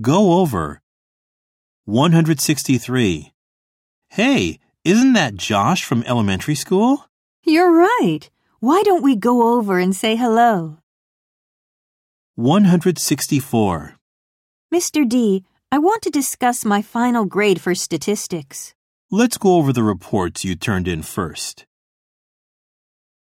Go over. 163. Hey, isn't that Josh from elementary school? You're right. Why don't we go over and say hello? 164. Mr. D, I want to discuss my final grade for statistics. Let's go over the reports you turned in first.